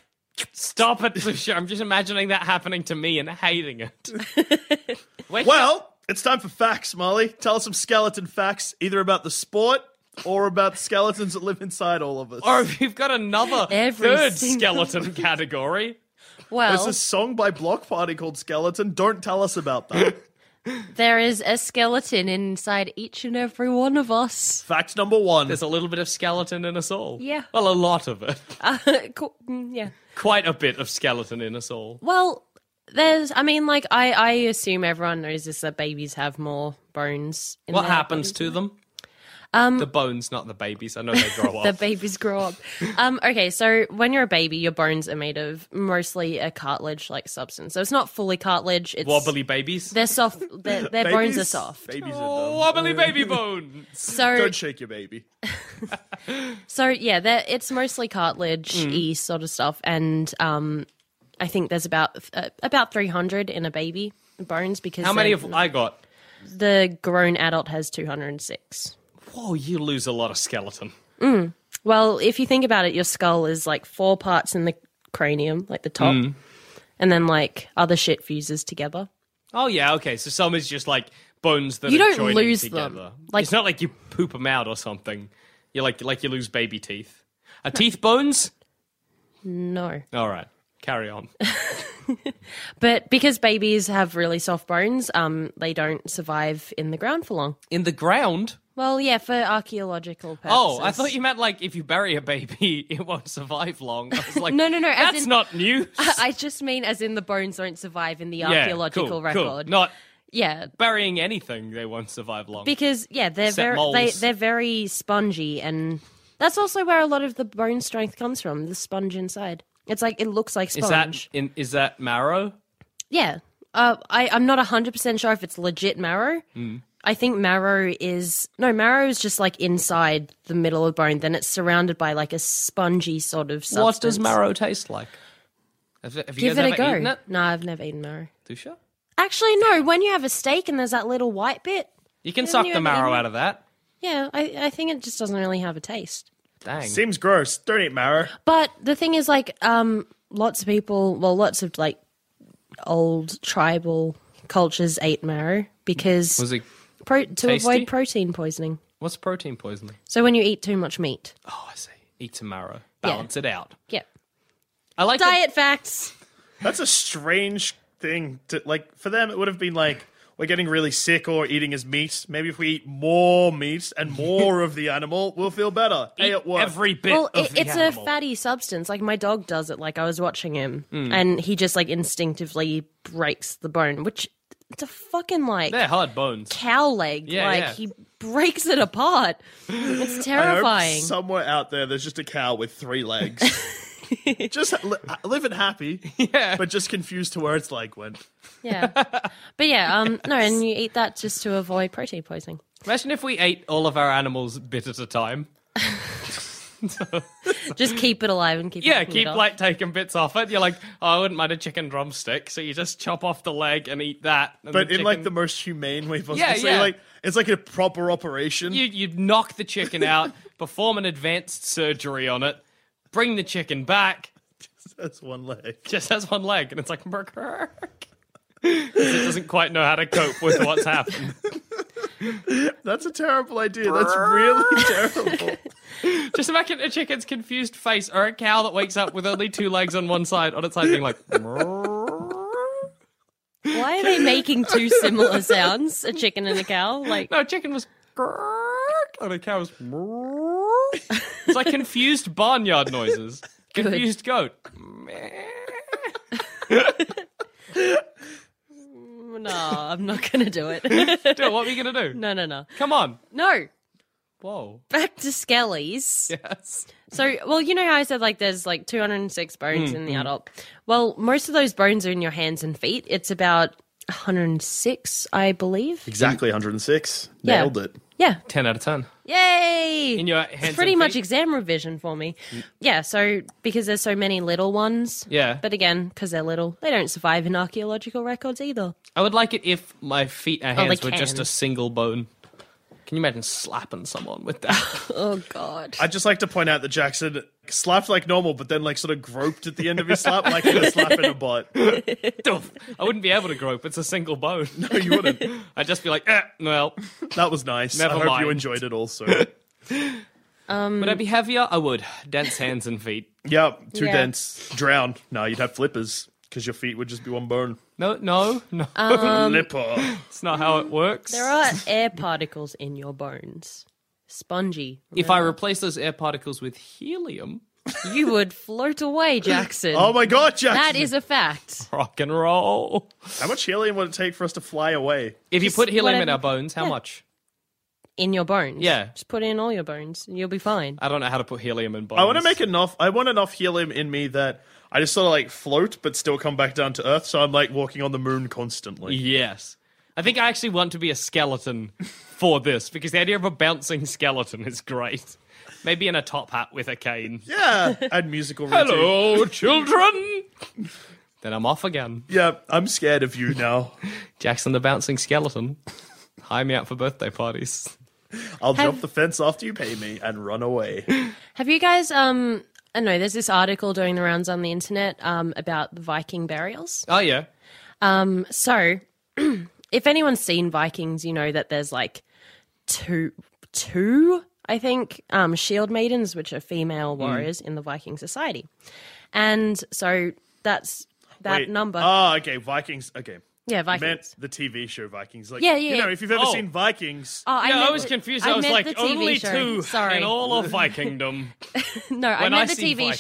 S6: Stop it, Lucia. I'm just imagining that happening to me and hating it. Wake up.
S4: well, it's time for facts, Molly. Tell us some skeleton facts, either about the sport or about the skeletons that live inside all of us.
S6: Or if you've Oh, got another
S7: Every
S6: third
S7: single
S6: skeleton category,
S7: Well,
S4: There's a song by Block Party called Skeleton. Don't tell us about that.
S7: there is a skeleton inside each and every one of us.
S4: Fact number one.
S6: there's a little bit of skeleton in us all.
S7: Yeah.
S6: Well, a lot of it.
S7: Uh, cool. Mm, yeah.
S6: Quite a bit of skeleton in us all.
S7: Well, there's. I mean, like, I I assume everyone knows this that babies have more bones. In
S6: What
S7: their
S6: happens
S7: bodies.
S6: to them?
S7: Um,
S6: the bones, not the babies. I know they grow up.
S7: the babies grow up. Um, okay, so when you're a baby, your bones are made of mostly a cartilage-like substance. So it's not fully cartilage. It's
S6: Wobbly babies.
S7: They're soft. Their, their bones are
S4: Babies-
S7: soft.
S4: Babies are
S6: Oh,
S4: dumb.
S6: wobbly baby bones.
S7: So
S4: Don't shake your baby.
S7: So yeah, that it's mostly cartilage y
S6: Mm.
S7: sort of stuff, and um, I think there's about uh, about 300 in a baby bones because
S6: How many
S7: they're-
S6: have I got?
S7: the grown adult has 206.
S6: Whoa, you lose a lot of skeleton.
S7: Well, if you think about it, your skull is like four parts in the cranium, like the top,
S6: Mm.
S7: and then like other shit fuses together.
S6: Oh yeah, okay. So some is just like bones that
S7: You
S6: are
S7: don't
S6: joining
S7: lose
S6: together.
S7: them. Like-
S6: it's not like you poop them out or something. You like like you lose baby teeth. Are teeth bones?
S7: No,
S6: All right, carry on.
S7: but because babies have really soft bones, um, they don't survive in the ground for long.
S6: In the ground.
S7: Well, yeah, for archaeological purposes.
S6: Oh, I thought you meant like if you bury a baby, it won't survive long. I was like,
S7: No, no, no, as
S6: that's
S7: in-
S6: not news.
S7: I just mean as in the bones don't survive in the
S6: Yeah,
S7: archaeological
S6: cool, cool.
S7: record.
S6: Not
S7: Yeah,
S6: burying anything, they won't survive long.
S7: because yeah, they're
S6: Except
S7: very they,
S6: moles.
S7: they're very spongy, and that's also where a lot of the bone strength comes from. The sponge inside. It's like it looks like
S6: is that
S7: sponge.
S6: in, is that marrow?
S7: Yeah, uh, I I'm not hundred percent sure if it's legit marrow.
S6: Mm.
S7: I think marrow is no marrow is just like inside the middle of bone. Then it's surrounded by like a spongy sort of substance.
S6: What does marrow taste like? Have, have you
S7: Give
S6: guys
S7: it a
S6: ever
S7: go.
S6: eaten it?
S7: No, I've never eaten marrow.
S6: Dusha?
S7: Actually, no. When you have a steak and there's that little white bit,
S6: You can
S7: Haven't
S6: suck
S7: you
S6: the
S7: ever
S6: marrow
S7: eaten
S6: out of that.
S7: yeah, I, I think it just doesn't really have a taste.
S6: Dang.
S4: Seems gross. Don't eat marrow.
S7: But the thing is, like, um, lots of people, well, lots of like old tribal cultures ate marrow because
S6: Was it?
S7: pro- to
S6: tasty?
S7: avoid protein poisoning.
S6: What's protein poisoning?
S7: So when you eat too much meat,
S6: Oh, I see. Eat some marrow. Balance it out.
S7: yeah.
S6: I like that-
S7: Diet facts.
S4: That's a strange thing to like. For them, it would have been like we're getting really sick or eating as meat. Maybe if we eat more meat and more of the animal, we'll feel better. Hey, it worked.
S6: every bit
S7: Well,
S6: of
S7: it,
S6: the
S7: it's
S6: animal.
S7: a fatty substance. Like my dog does it. Like I was watching him,
S6: Hmm.
S7: and he just like instinctively breaks the bone, which it's a fucking like
S6: They're hard bones.
S7: cow leg.
S6: Yeah,
S7: like
S6: yeah.
S7: he breaks it apart. It's
S4: I hope
S7: terrifying.
S4: somewhere out there, there's just a cow with three legs. just li- living happy, yeah. but just confused to where its leg went.
S7: Yeah. But yeah, um no, and you eat that just to avoid protein poisoning.
S6: Imagine if we ate all of our animals a bit at a time.
S7: Just keep it alive and keep
S6: Yeah,
S7: knocking it
S6: keep
S7: off.
S6: like taking bits off it. You're like, oh, I wouldn't mind a chicken drumstick. So you just chop off the leg and eat that. and
S4: But
S6: the
S4: in like the
S6: chicken-
S4: most humane way possible.
S6: Yeah,
S4: so
S6: yeah.
S4: like it's like a proper operation.
S6: you, you'd knock the chicken out, perform an advanced surgery on it, bring the chicken back.
S4: That's one leg.
S6: Just has one leg, and it's like "Merk, merk." 'Cause it doesn't quite know how to cope with what's happened.
S4: That's a terrible idea. That's really terrible.
S6: Just imagine a chicken's confused face or a cow that wakes up with only two legs on one side on its side being like
S7: Why are they making two similar sounds? A chicken and a cow? Like
S6: No, a chicken was and a cow was It's like confused barnyard noises. Confused goat.
S7: no, I'm not gonna do it.
S6: Dude, what are we gonna do?
S7: no, no, no.
S6: Come on.
S7: No.
S6: Whoa.
S7: Back to Skellies.
S6: Yes.
S7: So, well, you know how I said like there's like 206 bones
S6: Mm,
S7: in the adult. Well, most of those bones are in your hands and feet. It's about 106, I believe.
S4: Exactly 106.
S7: Yeah.
S4: Nailed it.
S7: Yeah,
S6: Ten out of ten.
S7: Yay!
S6: In your
S7: it's
S6: hands
S7: pretty
S6: and
S7: much
S6: feet?
S7: exam revision for me. Yeah, so because there's so many little ones.
S6: Yeah.
S7: But again, because they're little, they don't survive in archaeological records either.
S6: I would like it if my feet and
S7: Oh, they
S6: hands were just
S7: can.
S6: a single bone. Can you imagine slapping someone with that?
S7: Oh god.
S4: I'd just like to point out that Jackson slapped like normal, but then like sort of groped at the end of his slap, like he was slapping a butt. No,
S6: Doof. I wouldn't be able to grope. It's a single bone.
S4: you wouldn't.
S6: I'd just be like, eh, well.
S4: That was nice.
S6: Never
S4: I hope
S6: mind.
S4: you enjoyed it also.
S6: Would I be heavier? I would. Dense hands and feet.
S4: yep, too
S7: Yeah.
S4: dense. Drown. No, you'd have flippers because your feet would just be one bone.
S6: No, no, no.
S7: Um,
S4: Flipper.
S6: It's not how it works.
S7: Uh, There are air particles in your bones. Spongy.
S6: if I replace those air particles with helium,
S7: you would float away, Jackson.
S4: Oh my god, Jackson.
S7: that is a fact.
S6: rock and roll.
S4: How much helium would it take for us to fly away?
S6: If you put helium in
S7: whatever-
S6: our bones, how much?
S7: in your bones.
S6: Yeah.
S7: Just put it in all your bones and you'll be fine.
S6: I don't know how to put helium in bones.
S4: I want to make enough. I want enough helium in me that I just sort of like float, but still come back down to Earth. So I'm like walking on the moon constantly.
S6: Yes. I think I actually want to be a skeleton for this because the idea of a bouncing skeleton is great. Maybe in a top hat with a cane.
S4: Yeah, and musical. Routine.
S6: Hello, children. then I'm off again.
S4: Yeah, I'm scared of you now.
S6: Jackson the bouncing skeleton. Hire me out for birthday parties.
S4: I'll
S7: Have-
S4: jump the fence after you pay me and run away.
S7: Have you guys um I don't know there's this article doing the rounds on the internet um about the Viking burials.
S6: Oh yeah.
S7: Um so if anyone's seen Vikings, you know that there's like two two I think um shield maidens which are
S6: Hmm.
S7: female warriors in the Viking society. And so that's that
S4: Wait.
S7: number.
S6: Oh,
S4: Ah, okay, Vikings. Okay,
S7: yeah,
S4: I
S7: Vikings.
S4: meant the TV show Vikings. Like,
S7: Yeah, yeah,
S4: You know,
S7: yeah.
S4: if you've ever
S6: Oh.
S4: seen Vikings,
S7: Oh, I
S6: yeah, I
S7: meant-
S6: was confused.
S7: I
S6: I, was
S7: meant
S6: like,
S7: the TV
S6: only
S7: show.
S6: two
S7: Sorry.
S6: in all of Vikingdom.
S7: No, I
S6: When I
S7: meant the
S6: see
S7: TV
S6: Vikings.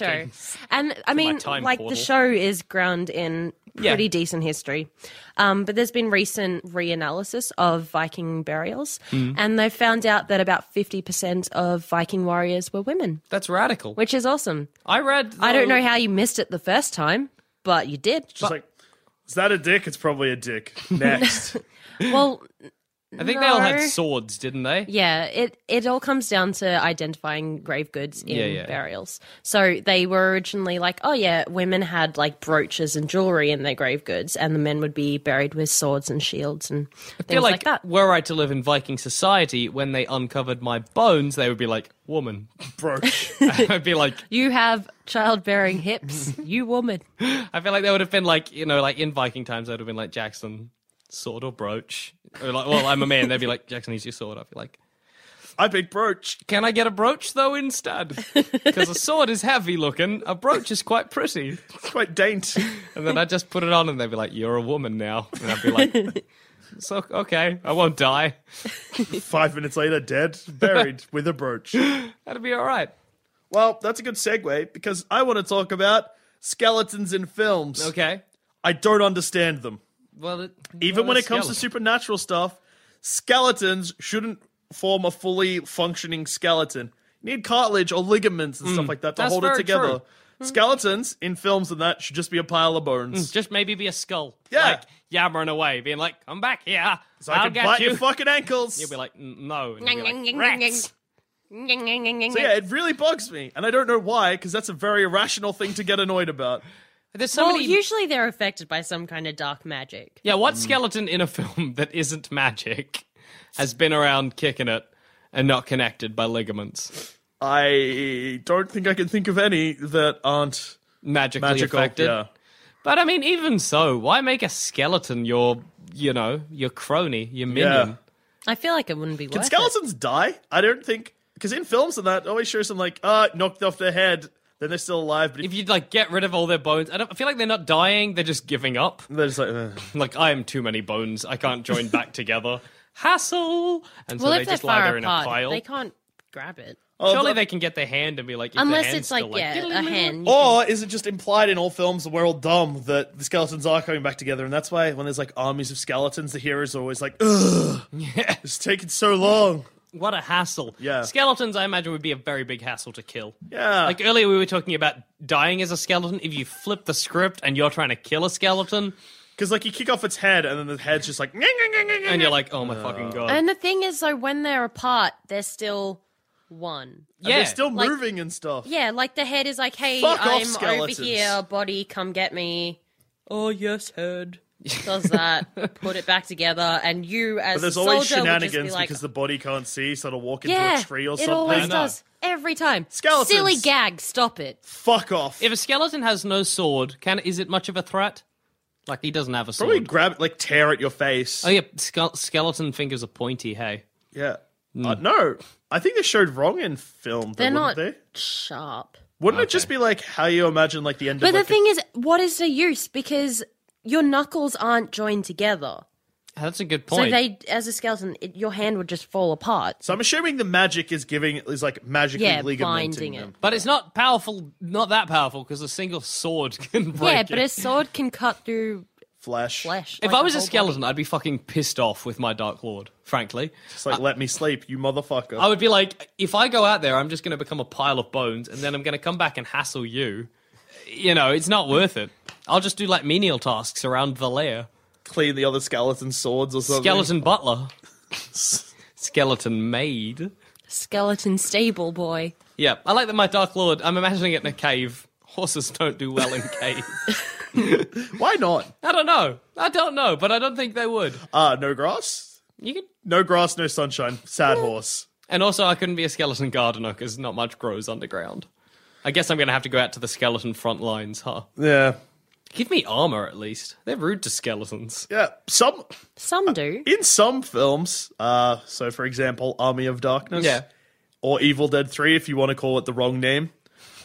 S7: show. And I mean,
S6: time
S7: like
S6: portal.
S7: the show is ground in
S6: Yeah.
S7: pretty decent history. Um, but there's been recent reanalysis of Viking burials,
S6: Mm.
S7: and they found out that about 50% of Viking warriors were women,
S6: That's radical.
S7: which is awesome.
S6: I read.
S7: I don't
S6: though-
S7: know how you missed it the first time, but you did.
S4: just like, is that a dick? It's probably a dick. Next,
S7: well,
S6: I think they all had
S7: No.
S6: swords, didn't they?
S7: Yeah, it it all comes down to identifying grave goods in
S6: Yeah, yeah.
S7: burials. So they were originally like, oh yeah, women had like brooches and jewelry in their grave goods, and the men would be buried with swords and shields and things
S6: I feel
S7: like,
S6: like,
S7: that.
S6: were I to live in Viking society, when they uncovered my bones, they would be like, woman.
S4: brooch.
S6: I'd be like,
S7: You have childbearing hips, you woman.
S6: I feel like they would have been like, you know, like in Viking times, they would have been like, Jackson, sword or brooch? Or like, well, I'm a man. They'd be like, Jackson, here's your sword. I'd be like,
S4: I picked brooch.
S6: can I get a brooch though instead? Because a sword is heavy looking, a brooch is quite pretty.
S4: It's quite dainty.
S6: And then I'd just put it on and they'd be like, you're a woman now. And I'd be like, so, okay, I won't die.
S4: Five minutes later, dead, buried with a brooch.
S6: That'd be all right.
S4: Well, that's a good segue because I want to talk about skeletons in films.
S6: Okay.
S4: I don't understand them.
S6: Well, it,
S4: Even
S6: well,
S4: when it
S6: it's
S4: comes to
S6: skeleton.
S4: supernatural stuff, skeletons shouldn't form a fully functioning skeleton. You need cartilage or ligaments and stuff like that to
S6: Hmm. that's
S4: hold it
S6: very Hmm.
S4: together. Skeletons in films and that should just be a pile of bones.
S6: Just maybe be a skull.
S4: Yeah.
S6: Like, yammering away, being like, come back here.
S4: so
S6: I'll
S4: I can
S6: get
S4: bite
S6: you.
S4: your fucking ankles.
S6: You'll be like, "N- no. And you'll be like,
S7: Rats.
S4: so yeah, it really bugs me, and I don't know why, because that's a very irrational thing to get annoyed about.
S6: There's so
S7: Well,
S6: many.
S7: usually they're affected by some kind of dark magic.
S6: Yeah, what skeleton in a film that isn't magic has been around kicking it and not connected by ligaments?
S4: I don't think I can think of any that aren't
S6: Magically
S4: magical.
S6: affected.
S4: Yeah.
S6: But I mean, even so, why make a skeleton your, you know, your crony, your minion?
S4: Yeah.
S7: I feel like it wouldn't be worth
S4: Can
S7: it.
S4: skeletons die? I don't think because in films and that it always shows them like ah knocked off their head, then they're still alive. But if,
S6: If you'd like get rid of all their bones, I, don't, I feel like they're not dying, they're just giving up.
S4: they're just like "Ugh."
S6: Like, I am too many bones, I can't join back together. Hassle! And so
S7: Well,
S6: they
S7: if they're
S6: just lie
S7: far
S6: there in a
S7: apart,
S6: pile. Oh,
S7: they can't grab it.
S6: Surely they can get their hand and be like, if their
S7: Unless
S6: hand's
S7: it's like,
S6: still,
S7: yeah, a hand.
S4: or is it just implied in all films that we're all dumb that the skeletons are coming back together, and that's why when there's like armies of skeletons, the heroes are always like ugh, it's taking so long.
S6: What a hassle.
S4: Yeah.
S6: Skeletons, I imagine, would be a very big hassle to kill.
S4: Yeah.
S6: Like earlier, we were talking about dying as a skeleton. If you flip the script and you're trying to kill a skeleton,
S4: Because like you kick off its head, and then the head's just like
S6: and you're like, oh my fucking god.
S7: And the thing is, though, when they're apart, they're still one.
S6: yeah.
S4: they're still
S7: Like-
S4: moving and stuff.
S7: Yeah, like the head is like, hey,
S4: Fuck off,
S7: I'm over
S4: skeletons.
S7: here, body, come get me. Oh, yes, head. Does that, put it back together, and you as
S4: But there's
S7: a
S4: always
S7: soldier would just be
S4: shenanigans
S7: like,
S4: because the body can't see, so it'll walk into
S7: yeah,
S4: a tree or
S7: it
S4: something.
S7: always
S6: know.
S7: does. Every time.
S4: Skeletons.
S7: Silly gag, stop it.
S4: Fuck off.
S6: if a skeleton has no sword, can is it much of a threat? Like he doesn't have a sword.
S4: Probably grab it, like tear at your face.
S6: oh yeah, ske- skeleton fingers are pointy. Hey,
S4: Yeah.
S6: Hmm.
S4: Uh, no, I think they showed wrong in film.
S7: They're
S4: They're not.
S7: not
S4: They?
S7: sharp.
S4: Wouldn't it just be like how you imagine like the end?
S7: But
S4: of
S7: the
S4: like,
S7: thing is, what is the use? Because your knuckles aren't joined together.
S6: that's a good
S7: So
S6: point.
S7: they, as a skeleton, it, your hand would just fall apart.
S4: A... So I'm assuming the magic is giving is like magically
S7: Yeah,
S4: ligamenting
S7: binding it.
S4: them.
S6: but it's not powerful. Not that powerful because a single sword can break.
S7: Yeah, but
S6: it.
S7: a sword can cut through
S4: Flesh.
S7: Flesh.
S6: If
S7: like
S6: I was a
S7: whole
S6: skeleton, I'd be fucking pissed off with my Dark Lord, frankly.
S4: It's like, let me sleep, you motherfucker.
S6: I would be like, if I go out there, I'm just going to become a pile of bones, and then I'm going to come back and hassle you. You know, it's not worth it. I'll just do like menial tasks around the lair.
S4: Clean the other skeleton swords or something.
S6: Skeleton butler, skeleton maid.
S7: Skeleton stable boy.
S6: Yeah, I like that. My Dark Lord. I'm imagining it in a cave. Horses don't do well in caves.
S4: Why not?
S6: I don't know. I don't know, but I don't think they would.
S4: Uh, no grass?
S6: You could,
S4: No grass, no sunshine. Sad horse.
S6: and also I couldn't be a skeleton gardener because not much grows underground. I guess I'm going to have to go out to the skeleton front lines, huh?
S4: Yeah.
S6: Give me armor at least. They're rude to skeletons.
S4: Yeah. Some
S7: Some
S6: Uh,
S7: do.
S4: in some films, uh, so for example, Army of Darkness.
S6: Yeah.
S4: Or Evil Dead 3, if you want to call it the wrong name.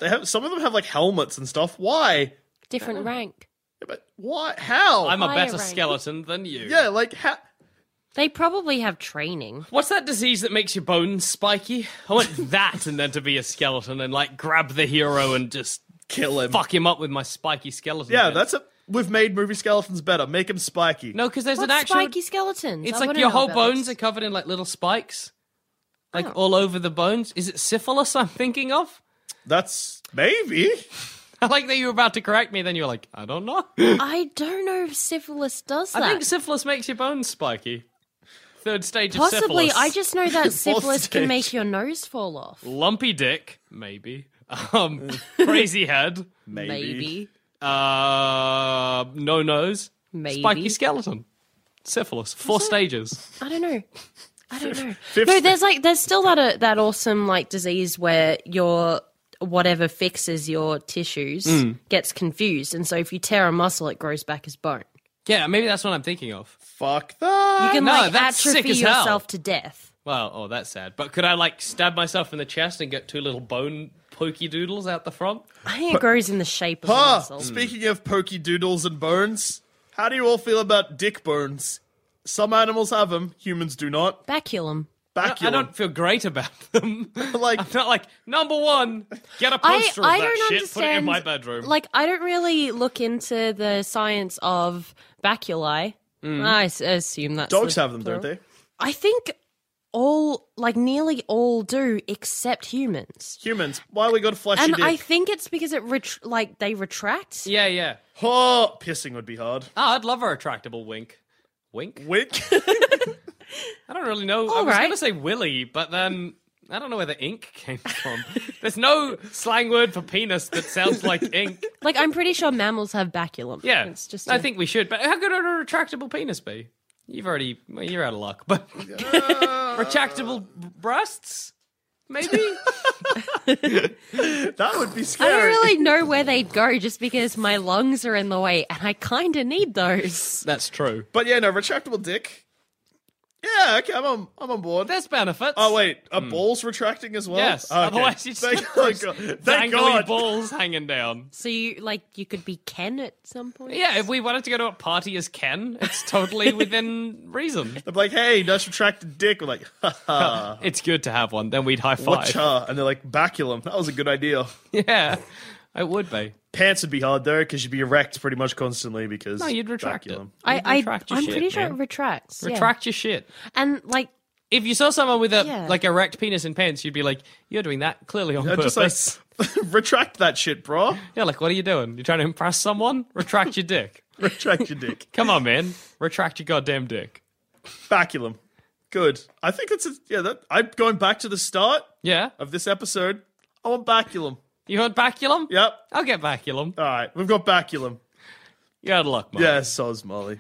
S4: They have some of them have like helmets and stuff. Why?
S7: Different rank.
S4: Yeah, but why how?
S6: I'm a
S7: Higher
S6: better
S7: rank.
S6: skeleton than you.
S4: yeah, like ha-
S7: They probably have training.
S6: What's that disease that makes your bones spiky? I want that and then to be a skeleton and like grab the hero and just
S4: kill him.
S6: fuck him up with my spiky skeleton.
S4: Yeah,
S6: bits.
S4: that's a we've made movie skeletons better. Make him spiky.
S6: No, because there's
S7: What's
S6: an actual
S7: spiky skeletons?
S6: It's
S7: I
S6: like
S7: wanna
S6: your
S7: know
S6: whole
S7: about
S6: bones
S7: this. Oh.
S6: are covered in like little spikes. Like all over the bones. Is it syphilis I'm thinking of?
S4: That's maybe.
S6: I like that you were about to correct me, then you were like, I don't know.
S7: I don't know if syphilis does that.
S6: I think syphilis makes your bones spiky. Third stage of syphilis.
S7: Possibly. I just know that syphilis
S4: stage.
S7: can make your nose fall off.
S6: lumpy dick, maybe. Um, crazy head,
S4: Maybe.
S7: Maybe.
S6: uh, no nose,
S7: Maybe.
S6: spiky skeleton, syphilis, four stages.
S7: I don't know. I don't know. no, there's like there's still that uh, that awesome like disease where your whatever fixes your tissues gets confused, and so if you tear a muscle, it grows back as bone.
S6: Yeah, maybe that's what I'm thinking of.
S4: Fuck that.
S7: You can
S6: No,
S7: like
S6: that's sick
S7: atrophy
S6: as hell.
S7: yourself to death.
S6: Well, oh, that's sad. But could I like stab myself in the chest and get two little bone pokey doodles out the front?
S7: I think it grows in the shape of
S4: Ah,
S7: a muscle.
S4: speaking of pokey doodles and bones, how do you all feel about dick bones? Some animals have them, humans do not.
S7: Baculum.
S4: Baculum.
S6: I don't feel great about them.
S4: Like-
S6: I'm not like number one. Get a
S7: I,
S6: poster
S7: I
S6: of that
S7: don't
S6: shit. Put it in
S7: understand.
S6: my bedroom.
S7: Like I don't really look into the science of baculi. I s- assume that's
S4: Dogs
S7: the
S4: have them, don't
S7: plural.
S4: they?
S7: I think all, like nearly all, do except humans.
S4: Humans. Why we got a fleshy
S7: And
S4: dick?
S7: I think it's because it ret- like they retract.
S6: yeah, yeah.
S4: oh, pissing would be hard.
S6: Ah, I'd love a retractable wink. Wink.
S4: Wink.
S6: I don't really know. I
S7: All
S6: was
S7: right.
S6: going to say Willy, but then I don't know where the ink came from. There's no slang word for penis that sounds like ink.
S7: Like I'm pretty sure mammals have baculum.
S6: Yeah,
S7: it's just.
S6: I
S7: a-
S6: think we should. But how could a retractable penis be? You've already well, you're out of luck. But retractable b- breasts, maybe.
S4: that would be
S7: I don't
S4: scary.
S7: really know where they'd go just because my lungs are in the way and I kind of need those.
S6: That's true.
S4: But yeah, no, retractable dick. Yeah, okay, I'm on, I'm on board.
S6: There's benefits.
S4: Oh wait, are balls retracting as well?
S6: Yes.
S4: Okay.
S6: Otherwise, you just
S4: thank,
S6: have
S4: oh,
S6: those
S4: God.
S6: dangly
S4: thank God.
S6: balls hanging down.
S7: So you like you could be Ken at some point.
S6: Yeah, if we wanted to go to a party as Ken, it's totally within reason.
S4: They're like, hey, nice retracted dick. We're like, ha ha.
S6: It's good to have one. Then we'd high
S4: Watch
S6: five.
S4: her. And they're like, baculum. That was a good idea.
S6: Yeah, it would be.
S4: Pants would be hard though, because you'd be erect pretty much constantly because
S6: No, you'd retract it.
S4: baculum.
S7: I,
S6: You'd
S7: I
S6: retract your
S7: I'm
S6: shit,
S7: pretty sure
S6: man.
S7: it retracts. yeah.
S6: Retract your shit.
S7: And like
S6: If you saw someone with a
S7: Yeah.
S6: like erect penis and pants, you'd be like, "You're doing that clearly on
S4: I'd
S6: purpose."
S4: just like retract that shit, bro.
S6: yeah, like what are you doing? You're trying to impress someone? Retract your dick.
S4: Retract your dick.
S6: Come on, man. Retract your goddamn dick.
S4: Baculum. Good. I think it's a, yeah. That I'm going back to the start
S6: Yeah,
S4: of this episode. I want baculum.
S6: you want baculum?
S4: Yep.
S6: I'll get baculum.
S4: All right, we've got baculum.
S6: You're out of luck, mate.
S4: Yeah, soz Molly.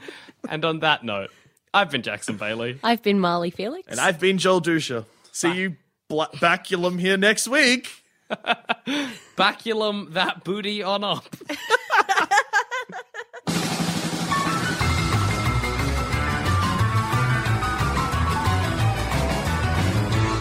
S6: And on that note, I've been Jackson Bailey.
S7: I've been Marley Felix.
S4: And I've been Joel Dusha. See you, bla- baculum, here next week.
S6: Baculum that booty on up.